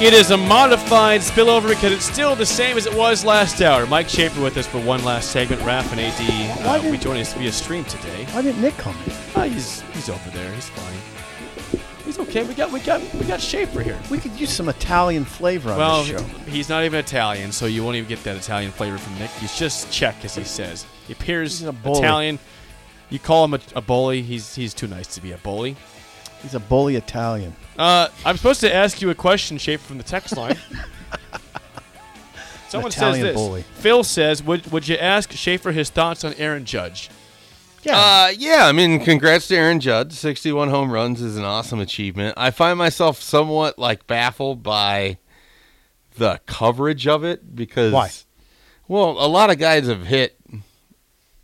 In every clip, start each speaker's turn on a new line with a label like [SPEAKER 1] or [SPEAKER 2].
[SPEAKER 1] It is a modified spillover because it's still the same as it was last hour. Mike Schaefer with us for one last segment. Raph and AD uh, will
[SPEAKER 2] Why
[SPEAKER 1] be
[SPEAKER 2] didn't-
[SPEAKER 1] joining us via stream today.
[SPEAKER 2] Why didn't Nick come in?
[SPEAKER 1] Oh, he's he's over there. He's fine. He's okay. We got we got we got Schaefer here.
[SPEAKER 2] We could use some Italian flavor on
[SPEAKER 1] Well,
[SPEAKER 2] this show.
[SPEAKER 1] he's not even Italian, so you won't even get that Italian flavor from Nick. He's just Czech, as he says. He appears
[SPEAKER 2] He's a bully.
[SPEAKER 1] Italian. You call him a, a bully. He's he's too nice to be a bully.
[SPEAKER 2] He's a bully Italian.
[SPEAKER 1] Uh, I'm supposed to ask you a question, Schaefer, from the text line. Someone says
[SPEAKER 2] Italian
[SPEAKER 1] this.
[SPEAKER 2] bully.
[SPEAKER 1] Phil says, "Would would you ask Schaefer his thoughts on Aaron Judge?"
[SPEAKER 2] Yeah.
[SPEAKER 3] Uh, yeah, I mean, congrats to Aaron Judd. 61 home runs is an awesome achievement. I find myself somewhat like baffled by the coverage of it because
[SPEAKER 2] Why?
[SPEAKER 3] Well, a lot of guys have hit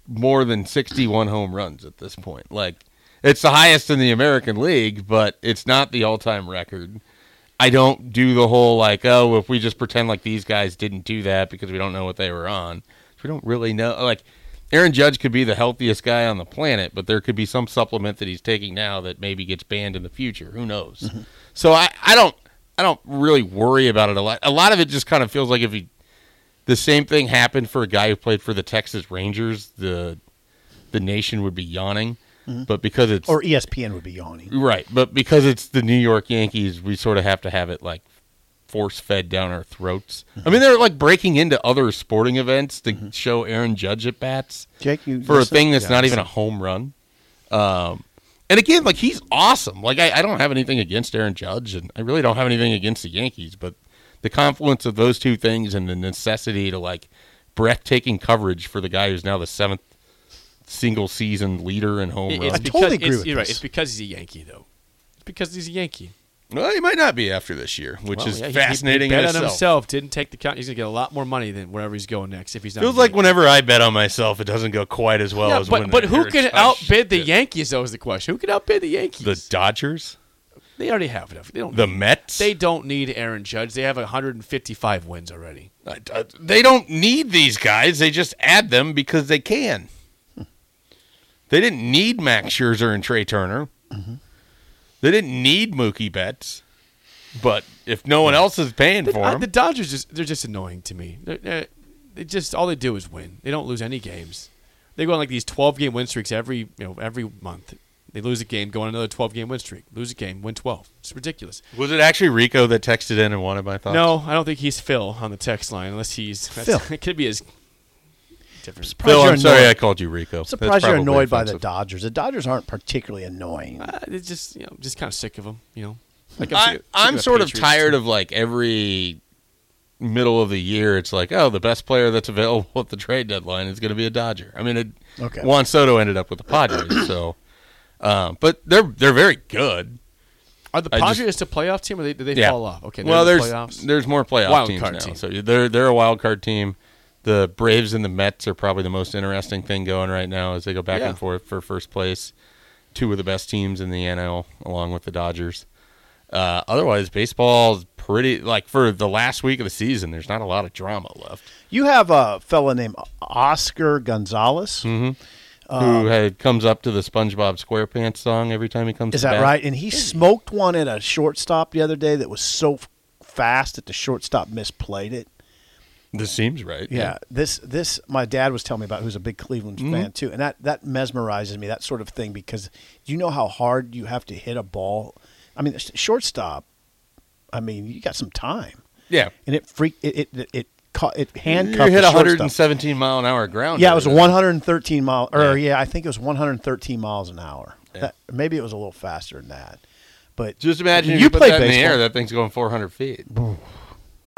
[SPEAKER 3] more than 61 home runs at this point. Like it's the highest in the American League, but it's not the all-time record. I don't do the whole like, oh, if we just pretend like these guys didn't do that because we don't know what they were on. We don't really know. Like, Aaron Judge could be the healthiest guy on the planet, but there could be some supplement that he's taking now that maybe gets banned in the future. Who knows? So I, I don't, I don't really worry about it a lot. A lot of it just kind of feels like if he, the same thing happened for a guy who played for the Texas Rangers, the, the nation would be yawning. But because it's
[SPEAKER 2] or E ESPN would be yawning.
[SPEAKER 3] Right, but because it's the New York Yankees, we sort of have to have it like force fed down our throats. I mean, they're like breaking into other sporting events to
[SPEAKER 1] Mm-hmm.
[SPEAKER 3] show Aaron Judge at bats
[SPEAKER 2] Jake, you
[SPEAKER 3] for a
[SPEAKER 2] listen?
[SPEAKER 3] thing that's not even a home run. Um, and again, like he's awesome. Like I, I don't have anything against Aaron Judge, and I really don't have anything against the Yankees, but the confluence of those two things and the necessity to like breathtaking coverage for the guy who's now the seventh single season leader in home
[SPEAKER 1] It-
[SPEAKER 3] runs.
[SPEAKER 1] It's
[SPEAKER 2] I
[SPEAKER 1] because-
[SPEAKER 2] totally agree
[SPEAKER 1] it's-
[SPEAKER 2] with
[SPEAKER 1] you're right.
[SPEAKER 2] this.
[SPEAKER 1] It's because he's a Yankee, though. It's because he's a Yankee.
[SPEAKER 3] Well, he might not be after this year, which
[SPEAKER 1] Well,
[SPEAKER 3] is
[SPEAKER 1] yeah, he- he-
[SPEAKER 3] fascinating.
[SPEAKER 1] He,
[SPEAKER 3] in
[SPEAKER 1] bet on
[SPEAKER 3] itself.
[SPEAKER 1] himself. Didn't take the count. He's gonna get a lot more money than wherever he's going next if he's not.
[SPEAKER 3] Feels
[SPEAKER 1] a
[SPEAKER 3] like
[SPEAKER 1] Yankee.
[SPEAKER 3] whenever I bet on myself, it doesn't go quite as well
[SPEAKER 1] Yeah,
[SPEAKER 3] as when
[SPEAKER 1] but but
[SPEAKER 3] the
[SPEAKER 1] who
[SPEAKER 3] Aaron
[SPEAKER 1] can
[SPEAKER 3] Judge
[SPEAKER 1] outbid the
[SPEAKER 3] did.
[SPEAKER 1] Yankees? Though is the question. Who can outbid the Yankees?
[SPEAKER 3] The Dodgers,
[SPEAKER 1] they already have enough. They don't.
[SPEAKER 3] the
[SPEAKER 1] need-
[SPEAKER 3] Mets.
[SPEAKER 1] they don't need Aaron Judge. They have 155 wins already.
[SPEAKER 3] I- I- they don't need these guys. They just add them because they can. They didn't need Max Scherzer and Trey Turner.
[SPEAKER 1] Mm-hmm.
[SPEAKER 3] They didn't need Mookie Betts. But if no one else is paying for
[SPEAKER 1] I-
[SPEAKER 3] them,
[SPEAKER 1] the Dodgers just they're just annoying to me. They're, they're, they just all they do is win. They don't lose any games. They go on like these 12 game win streaks every you know every month. They lose a game, go on another 12 game win streak. Lose a game, win 12. It's ridiculous.
[SPEAKER 3] was it actually Rico that texted in and wanted my thoughts?
[SPEAKER 1] No, I don't think he's Phil on the text line unless he's
[SPEAKER 2] Phil.
[SPEAKER 1] It could be his different.
[SPEAKER 2] Surprised
[SPEAKER 3] Phil,
[SPEAKER 2] you're
[SPEAKER 3] I'm sorry
[SPEAKER 2] annoyed.
[SPEAKER 3] I called you Rico. That's
[SPEAKER 2] Surprised you're
[SPEAKER 3] probably
[SPEAKER 2] annoyed by the
[SPEAKER 3] offensive.
[SPEAKER 2] Dodgers. The Dodgers aren't particularly annoying.
[SPEAKER 1] Uh, it's just you know just kind of sick of him. You know, like
[SPEAKER 3] I,
[SPEAKER 1] sick
[SPEAKER 3] I'm
[SPEAKER 1] the
[SPEAKER 3] sort of
[SPEAKER 1] Patriots.
[SPEAKER 3] tired of like every middle of the year. It's like, oh, the best player that's available at the trade deadline is going to be a Dodger. I mean, it,
[SPEAKER 2] Okay.
[SPEAKER 3] Juan Soto ended up with the Padres, so. Um, but they're they're very good.
[SPEAKER 1] Are the
[SPEAKER 3] I just-
[SPEAKER 1] Padres a playoff team or they, do they fall off? Okay, they're
[SPEAKER 3] Well,
[SPEAKER 1] in the
[SPEAKER 3] there's
[SPEAKER 1] playoffs.
[SPEAKER 3] there's more playoff
[SPEAKER 1] Wild
[SPEAKER 3] teams
[SPEAKER 1] card
[SPEAKER 3] now,
[SPEAKER 1] team.
[SPEAKER 3] so they're they're a wild card team. The Braves and the Mets are probably the most interesting thing going right now as they go back
[SPEAKER 1] Yeah.
[SPEAKER 3] and forth for first place. Two of the best teams in the NL, along with the Dodgers. Uh, otherwise, baseball's pretty like for the last week of the season. There's not a lot of drama left.
[SPEAKER 2] You have a fella named Oscar Gonzalez.
[SPEAKER 1] Hmm.
[SPEAKER 3] Who
[SPEAKER 1] Um,
[SPEAKER 3] had, comes up to the SpongeBob SquarePants song every time he comes?
[SPEAKER 2] Is that
[SPEAKER 3] back.
[SPEAKER 2] right? And he smoked one at a shortstop the other day that was so f- fast that the shortstop misplayed it.
[SPEAKER 3] This seems right.
[SPEAKER 2] Yeah, this this my dad was telling me about who's a big Cleveland
[SPEAKER 3] Mm-hmm.
[SPEAKER 2] fan too, and that that mesmerizes me that sort of thing because you know how hard you have to hit a ball. I mean, sh- shortstop. I mean, you got some time,
[SPEAKER 3] yeah.
[SPEAKER 2] and it freak it it it caught it
[SPEAKER 3] You
[SPEAKER 2] handcuffed.
[SPEAKER 3] hit
[SPEAKER 2] the shortstop.
[SPEAKER 3] 117 mile an hour ground.
[SPEAKER 2] Yeah, it was
[SPEAKER 3] one.
[SPEAKER 2] 113 mile, or yeah. I think it was 113 miles an hour. That, maybe it was a little faster than that, but
[SPEAKER 3] Just imagine if
[SPEAKER 2] you
[SPEAKER 3] you put
[SPEAKER 2] play
[SPEAKER 3] that in the
[SPEAKER 2] baseball.
[SPEAKER 3] air, that thing's going 400 feet.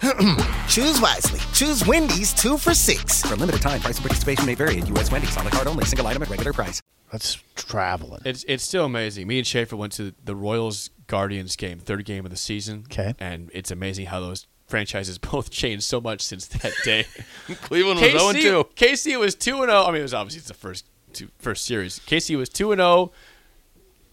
[SPEAKER 4] Choose wisely. Choose Wendy's two for six. For limited time, price and participation may vary at U.S. Wendy's on the card only, single item at regular price.
[SPEAKER 2] that's traveling.
[SPEAKER 1] It's it's still amazing. Me and Schaefer went to the Royals Guardians game, third game of the season.
[SPEAKER 2] Okay.
[SPEAKER 1] and it's amazing how those franchises both changed so much since that day.
[SPEAKER 3] Cleveland was 0
[SPEAKER 1] KC,
[SPEAKER 3] 2.
[SPEAKER 1] KC was 2 and 0. I mean, it was obviously it's the first two, first series. KC was 2 and 0.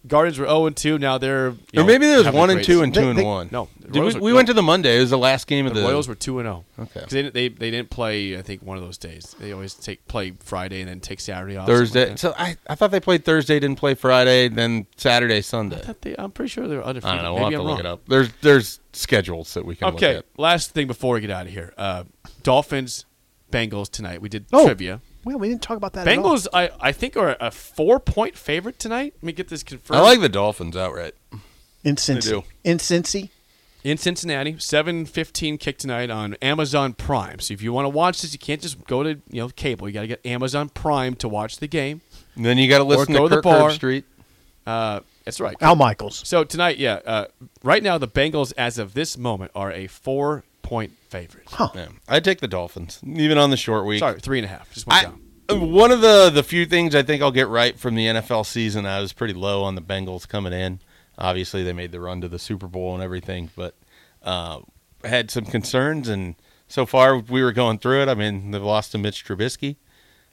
[SPEAKER 1] Guardians were 0 and 2. Now they're you
[SPEAKER 3] Or
[SPEAKER 1] know,
[SPEAKER 3] maybe there was
[SPEAKER 1] having a
[SPEAKER 3] 1 and
[SPEAKER 1] great
[SPEAKER 3] 2 and
[SPEAKER 2] They-
[SPEAKER 3] 2 and
[SPEAKER 2] they-
[SPEAKER 3] 1.
[SPEAKER 1] No, the
[SPEAKER 3] Did we,
[SPEAKER 1] Royals were-
[SPEAKER 3] we went to the Monday. It was the last game of the.
[SPEAKER 1] The Royals were 2 and 0.
[SPEAKER 3] Okay.
[SPEAKER 1] 'Cause They, didn't- they they didn't play I think one of those days. They always take play Friday and then take Saturday off. something like
[SPEAKER 3] Thursday.
[SPEAKER 1] that.
[SPEAKER 3] So I, I thought they played Thursday, didn't play Friday, then Saturday, Sunday.
[SPEAKER 1] I thought they- I'm pretty sure they were undefeated.
[SPEAKER 3] I don't know. We'll
[SPEAKER 1] Maybe
[SPEAKER 3] have
[SPEAKER 1] I'm
[SPEAKER 3] to look
[SPEAKER 1] wrong.
[SPEAKER 3] it up. There's there's schedules that we can
[SPEAKER 1] Okay,
[SPEAKER 3] look
[SPEAKER 1] last thing before we get out of here. Uh, Dolphins, Bengals tonight. We did
[SPEAKER 2] Oh.
[SPEAKER 1] trivia.
[SPEAKER 2] Well, we didn't talk about that. at all.
[SPEAKER 1] Bengals, I, I think, are a four point favorite tonight. Let me get this
[SPEAKER 3] at.
[SPEAKER 1] confirmed.
[SPEAKER 3] I like the Dolphins outright.
[SPEAKER 2] in Cincy.
[SPEAKER 3] do.
[SPEAKER 2] In Cincy.
[SPEAKER 1] in Cincinnati, seven fifteen kick tonight on Amazon Prime. So if you want to watch this, you can't just go to you know cable. You got to get Amazon Prime to watch the game.
[SPEAKER 3] And then you got to listen
[SPEAKER 1] go
[SPEAKER 3] to
[SPEAKER 1] to the
[SPEAKER 3] Kirk
[SPEAKER 1] bar.
[SPEAKER 3] Street.
[SPEAKER 1] Uh, that's right.
[SPEAKER 2] Al Michaels.
[SPEAKER 1] So tonight, yeah, uh, right now the Bengals, as of this moment, are a four point favorite.
[SPEAKER 2] Huh.
[SPEAKER 3] Yeah, I take the Dolphins, even on the short week.
[SPEAKER 1] Sorry, three and a half. Just went
[SPEAKER 3] I,
[SPEAKER 1] down.
[SPEAKER 3] one of the the few things I think I'll get right from the NFL season, I was pretty low on the Bengals coming in. Obviously, they made the run to the Super Bowl and everything, but uh, had some concerns. And so far, we were going through it. I mean, they've lost to Mitch Trubisky.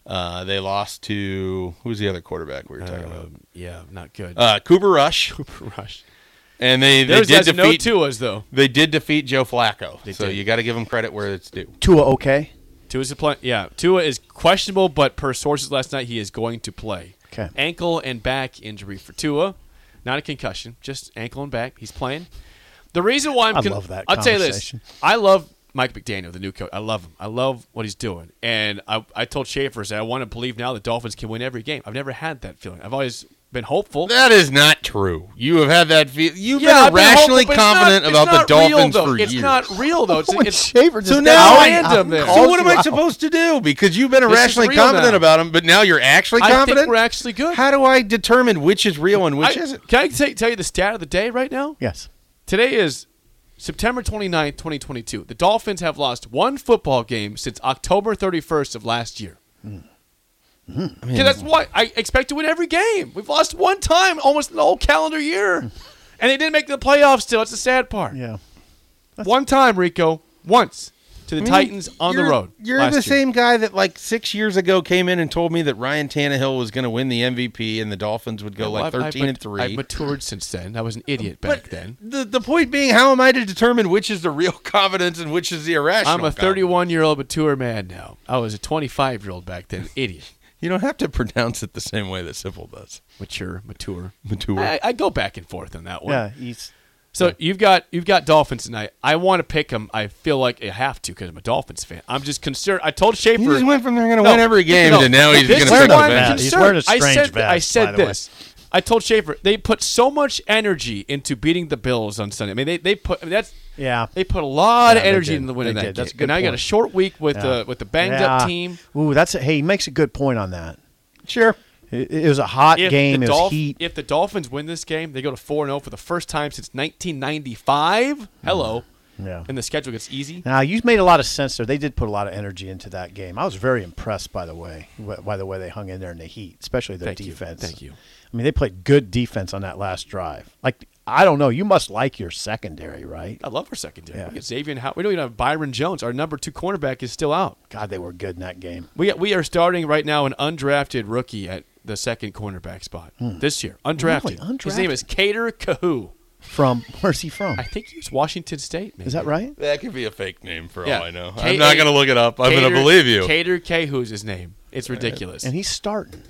[SPEAKER 3] Uh, they lost to who's the other quarterback we were talking about?
[SPEAKER 1] Um, yeah, not good.
[SPEAKER 3] Uh, Cooper Rush,
[SPEAKER 1] Rush.
[SPEAKER 3] and they they
[SPEAKER 1] There's
[SPEAKER 3] did
[SPEAKER 1] that's no
[SPEAKER 3] defeat
[SPEAKER 1] Tua's though.
[SPEAKER 3] they did defeat Joe Flacco. so
[SPEAKER 1] did.
[SPEAKER 3] you got to give them credit where it's due.
[SPEAKER 2] Tua okay.
[SPEAKER 1] Tua's a play. Yeah, Tua is questionable, but per sources last night, he is going to play.
[SPEAKER 2] Okay.
[SPEAKER 1] Ankle and back injury for Tua, not a concussion, just ankle and back. He's playing. The reason why I'm
[SPEAKER 2] I love that
[SPEAKER 1] I'll tell you this.
[SPEAKER 2] conversation.
[SPEAKER 1] I love Mike McDaniel, the new coach. I love him. I love what he's doing. And I, I told Schaefer, I said, I want to believe now the Dolphins can win every game. I've never had that feeling. I've always been hopeful.
[SPEAKER 3] That is not true. You have had that feel. You've
[SPEAKER 1] Yeah, I've
[SPEAKER 3] been irrationally
[SPEAKER 1] hopeful, but it's
[SPEAKER 3] confident
[SPEAKER 1] not- it's
[SPEAKER 3] about the
[SPEAKER 1] not real,
[SPEAKER 3] Dolphins
[SPEAKER 1] though.
[SPEAKER 3] for
[SPEAKER 1] it's
[SPEAKER 3] years.
[SPEAKER 1] not real though. It's,
[SPEAKER 2] Owen
[SPEAKER 1] it's
[SPEAKER 2] Shaver just
[SPEAKER 1] so
[SPEAKER 2] got
[SPEAKER 1] now
[SPEAKER 2] out.
[SPEAKER 1] random. There.
[SPEAKER 2] Calls
[SPEAKER 3] so what am I
[SPEAKER 2] you out.
[SPEAKER 3] supposed to do? Because you've been
[SPEAKER 1] is
[SPEAKER 3] irrationally
[SPEAKER 1] real
[SPEAKER 3] confident
[SPEAKER 1] now.
[SPEAKER 3] about them, but now you're actually
[SPEAKER 1] I think
[SPEAKER 3] confident.
[SPEAKER 1] we're actually good.
[SPEAKER 3] How do I determine which is real and which
[SPEAKER 1] I-
[SPEAKER 3] isn't?
[SPEAKER 1] Can I t- tell you the stat of the day right now?
[SPEAKER 2] Yes.
[SPEAKER 1] Today is September 29th, 2022. The Dolphins have lost one football game since October 31st of last year.
[SPEAKER 3] Mm-hmm.
[SPEAKER 1] Okay, that's why I expect to win every game. We've lost one time almost the whole calendar year.
[SPEAKER 3] Mm-hmm.
[SPEAKER 1] And they didn't make the playoffs still. That's the sad part.
[SPEAKER 2] Yeah.
[SPEAKER 1] One time, Rico. Once. To the Titans on the
[SPEAKER 3] You're-
[SPEAKER 1] road.
[SPEAKER 3] You're
[SPEAKER 1] last
[SPEAKER 3] the
[SPEAKER 1] year.
[SPEAKER 3] same guy that like six years ago came in and told me that Ryan Tannehill was going to win the MVP and the Dolphins would go like
[SPEAKER 1] Well, I've-
[SPEAKER 3] 13
[SPEAKER 1] I've
[SPEAKER 3] and
[SPEAKER 1] mat-
[SPEAKER 3] 3
[SPEAKER 1] I've matured since then. I was an idiot back
[SPEAKER 3] But
[SPEAKER 1] then.
[SPEAKER 3] The, the point being, how am I to determine which is the real confidence and which is the irrational?
[SPEAKER 1] I'm a
[SPEAKER 3] confidence?
[SPEAKER 1] 31 year old mature man now. I was a 25 year old back then. Idiot.
[SPEAKER 3] You don't have to pronounce it the same way that Sybil does.
[SPEAKER 1] Mature, mature.
[SPEAKER 3] Mature.
[SPEAKER 1] I, I go back and forth on that one.
[SPEAKER 2] Yeah. He's
[SPEAKER 1] So you've got you've got Dolphins tonight. I want to pick them. I feel like I have to because I'm a Dolphins fan. I'm just concerned. I told Schaefer
[SPEAKER 3] He just went from they're going to
[SPEAKER 1] No,
[SPEAKER 3] win every game
[SPEAKER 1] no,
[SPEAKER 3] to now he's
[SPEAKER 1] this
[SPEAKER 3] going to
[SPEAKER 1] is
[SPEAKER 3] pick
[SPEAKER 1] why
[SPEAKER 3] the
[SPEAKER 1] I'm
[SPEAKER 2] vest.
[SPEAKER 3] Bengals.
[SPEAKER 2] He's wearing a
[SPEAKER 1] concerned. I
[SPEAKER 2] strange
[SPEAKER 1] said, I
[SPEAKER 2] vest,
[SPEAKER 1] said
[SPEAKER 2] by the way.
[SPEAKER 1] this. I told Schaefer they put so much energy into beating the Bills on Sunday. I mean, they, they put I mean, that's
[SPEAKER 2] Yeah.
[SPEAKER 1] They put a lot
[SPEAKER 2] Yeah,
[SPEAKER 1] of
[SPEAKER 2] they
[SPEAKER 1] energy
[SPEAKER 2] did.
[SPEAKER 1] into winning
[SPEAKER 2] They
[SPEAKER 1] that
[SPEAKER 2] did.
[SPEAKER 1] game.
[SPEAKER 2] That's a good
[SPEAKER 1] and I got a
[SPEAKER 2] point.
[SPEAKER 1] short week with
[SPEAKER 2] yeah.
[SPEAKER 1] the with the banged up
[SPEAKER 2] Yeah.
[SPEAKER 1] team.
[SPEAKER 2] Ooh, that's a, hey. He makes a good point on that.
[SPEAKER 3] Sure.
[SPEAKER 2] It, it was a hot game.
[SPEAKER 1] The
[SPEAKER 2] It was
[SPEAKER 1] Dolph-
[SPEAKER 2] heat.
[SPEAKER 1] if the Dolphins win this game, they go to 4 0 for the first time since 1995. Hello.
[SPEAKER 2] Mm. Yeah.
[SPEAKER 1] And the schedule gets easy.
[SPEAKER 2] Now you made a lot of sense there. They did put a lot of energy into that game. I was very impressed by the way, wh- by the way they hung in there in the heat, especially their
[SPEAKER 1] Thank you.
[SPEAKER 2] defense.
[SPEAKER 1] Thank you.
[SPEAKER 2] I mean, they played good defense on that last drive. Like I don't know, you must like your secondary, right?
[SPEAKER 1] I love our secondary.
[SPEAKER 2] Yeah.
[SPEAKER 1] We got Xavier Howard. We don't even have Byron Jones. Our number two cornerback is still out.
[SPEAKER 2] God, they were good in that game.
[SPEAKER 1] We we are starting right now an undrafted rookie at the second cornerback spot this year. Undrafted.
[SPEAKER 2] Hmm. Really?
[SPEAKER 1] His name is Cater Kahoo.
[SPEAKER 2] From where's he from?
[SPEAKER 1] I think he was Washington State. Maybe.
[SPEAKER 2] Is that right?
[SPEAKER 3] That could be a fake name for
[SPEAKER 1] Yeah.
[SPEAKER 3] all I know. i
[SPEAKER 1] K-
[SPEAKER 3] I'm not going to look it up. I'm going
[SPEAKER 1] Cater-
[SPEAKER 3] to believe you.
[SPEAKER 1] Cater Kahoo is his name. It's ridiculous.
[SPEAKER 2] And he's starting.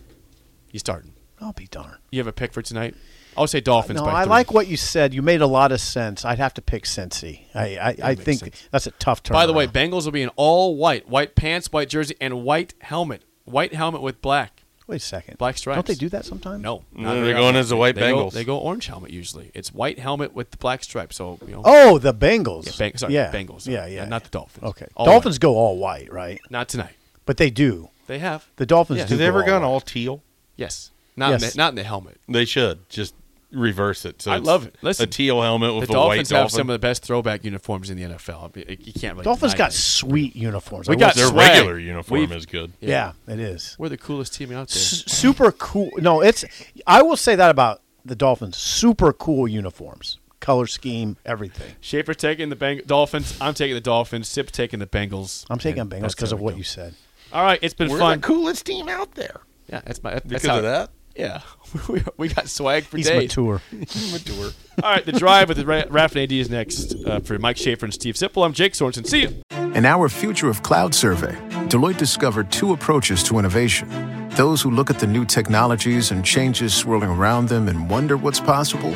[SPEAKER 1] He's starting.
[SPEAKER 2] I'll be darned.
[SPEAKER 1] You have a pick for tonight? I'll say Dolphins.
[SPEAKER 2] No,
[SPEAKER 1] by
[SPEAKER 2] I
[SPEAKER 1] three.
[SPEAKER 2] like what you said. You made a lot of sense. I'd have to pick Cincy. I, I, I think that's a tough turn.
[SPEAKER 1] By the way, Bengals will be in all white, white pants, white jersey, and white helmet. White helmet with black.
[SPEAKER 2] wait a second.
[SPEAKER 1] Black stripes.
[SPEAKER 2] Don't they do that sometimes?
[SPEAKER 1] No,
[SPEAKER 3] No,
[SPEAKER 1] not
[SPEAKER 3] they're
[SPEAKER 1] very
[SPEAKER 3] going
[SPEAKER 1] often.
[SPEAKER 3] as the white
[SPEAKER 1] They go-
[SPEAKER 3] Bengals.
[SPEAKER 1] they go orange helmet usually. It's white helmet with the black stripe. So you know,
[SPEAKER 2] Oh, the Bengals.
[SPEAKER 1] Yeah, Beng- sorry,
[SPEAKER 2] yeah.
[SPEAKER 1] Bengals.
[SPEAKER 2] Yeah,
[SPEAKER 1] Yeah,
[SPEAKER 2] yeah,
[SPEAKER 1] not
[SPEAKER 2] yeah.
[SPEAKER 1] the Dolphins.
[SPEAKER 2] Okay,
[SPEAKER 1] All
[SPEAKER 2] Dolphins go all white, right?
[SPEAKER 1] not tonight.
[SPEAKER 2] But they do.
[SPEAKER 1] They have
[SPEAKER 2] The Dolphins
[SPEAKER 1] Yes.
[SPEAKER 2] do.
[SPEAKER 3] Have they ever
[SPEAKER 2] go all
[SPEAKER 3] gone
[SPEAKER 2] white.
[SPEAKER 3] all teal?
[SPEAKER 1] yes, not in
[SPEAKER 2] Yes.
[SPEAKER 1] the, not in the helmet.
[SPEAKER 3] They should just reverse it. So
[SPEAKER 1] I
[SPEAKER 3] it's
[SPEAKER 1] love it. Listen,
[SPEAKER 3] a teal helmet
[SPEAKER 1] The
[SPEAKER 3] with a white
[SPEAKER 1] Dolphins have
[SPEAKER 3] dolphin.
[SPEAKER 1] some of the best throwback uniforms in the NFL. I mean, You can't really
[SPEAKER 2] Dolphins
[SPEAKER 1] deny
[SPEAKER 2] got
[SPEAKER 1] that.
[SPEAKER 2] sweet uniforms.
[SPEAKER 1] We
[SPEAKER 2] I
[SPEAKER 1] got
[SPEAKER 2] will
[SPEAKER 3] Their
[SPEAKER 2] say-
[SPEAKER 1] swag.
[SPEAKER 3] regular uniform
[SPEAKER 1] We've-
[SPEAKER 3] is good.
[SPEAKER 2] Yeah, it is.
[SPEAKER 1] We're the coolest team out there.
[SPEAKER 2] S- super cool. No, it's. I will say that about the Dolphins. Super cool uniforms. color scheme, everything.
[SPEAKER 1] Schaefer taking the Beng- Dolphins. I'm taking the Dolphins. Sip taking the Bengals.
[SPEAKER 2] I'm taking
[SPEAKER 1] And
[SPEAKER 2] Bengals
[SPEAKER 1] that's
[SPEAKER 2] because
[SPEAKER 1] how
[SPEAKER 2] of
[SPEAKER 1] we
[SPEAKER 2] what
[SPEAKER 1] go.
[SPEAKER 2] you said.
[SPEAKER 1] All right, it's been
[SPEAKER 3] We're
[SPEAKER 1] fun.
[SPEAKER 3] the coolest team out there
[SPEAKER 1] Yeah, that's my. That's
[SPEAKER 3] because
[SPEAKER 1] how-
[SPEAKER 3] of that.
[SPEAKER 1] Yeah, we, we got swag for
[SPEAKER 2] He's
[SPEAKER 1] days.
[SPEAKER 2] mature.
[SPEAKER 3] Mature.
[SPEAKER 1] All right, the drive with the Ra- Raf and AD is next uh, for Mike Schaefer and Steve Sipple. I'm Jake Sorensen. See you.
[SPEAKER 5] In our Future of Cloud survey, Deloitte discovered two approaches to innovation those who look at the new technologies and changes swirling around them and wonder what's possible,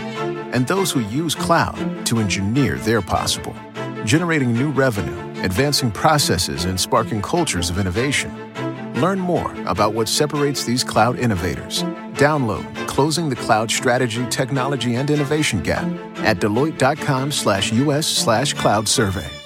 [SPEAKER 5] and those who use cloud to engineer their possible. Generating new revenue, advancing processes, and sparking cultures of innovation. Learn more about what separates these cloud innovators. Download Closing the Cloud Strategy, Technology, and Innovation Gap at Deloitte.com slash US slash cloud survey.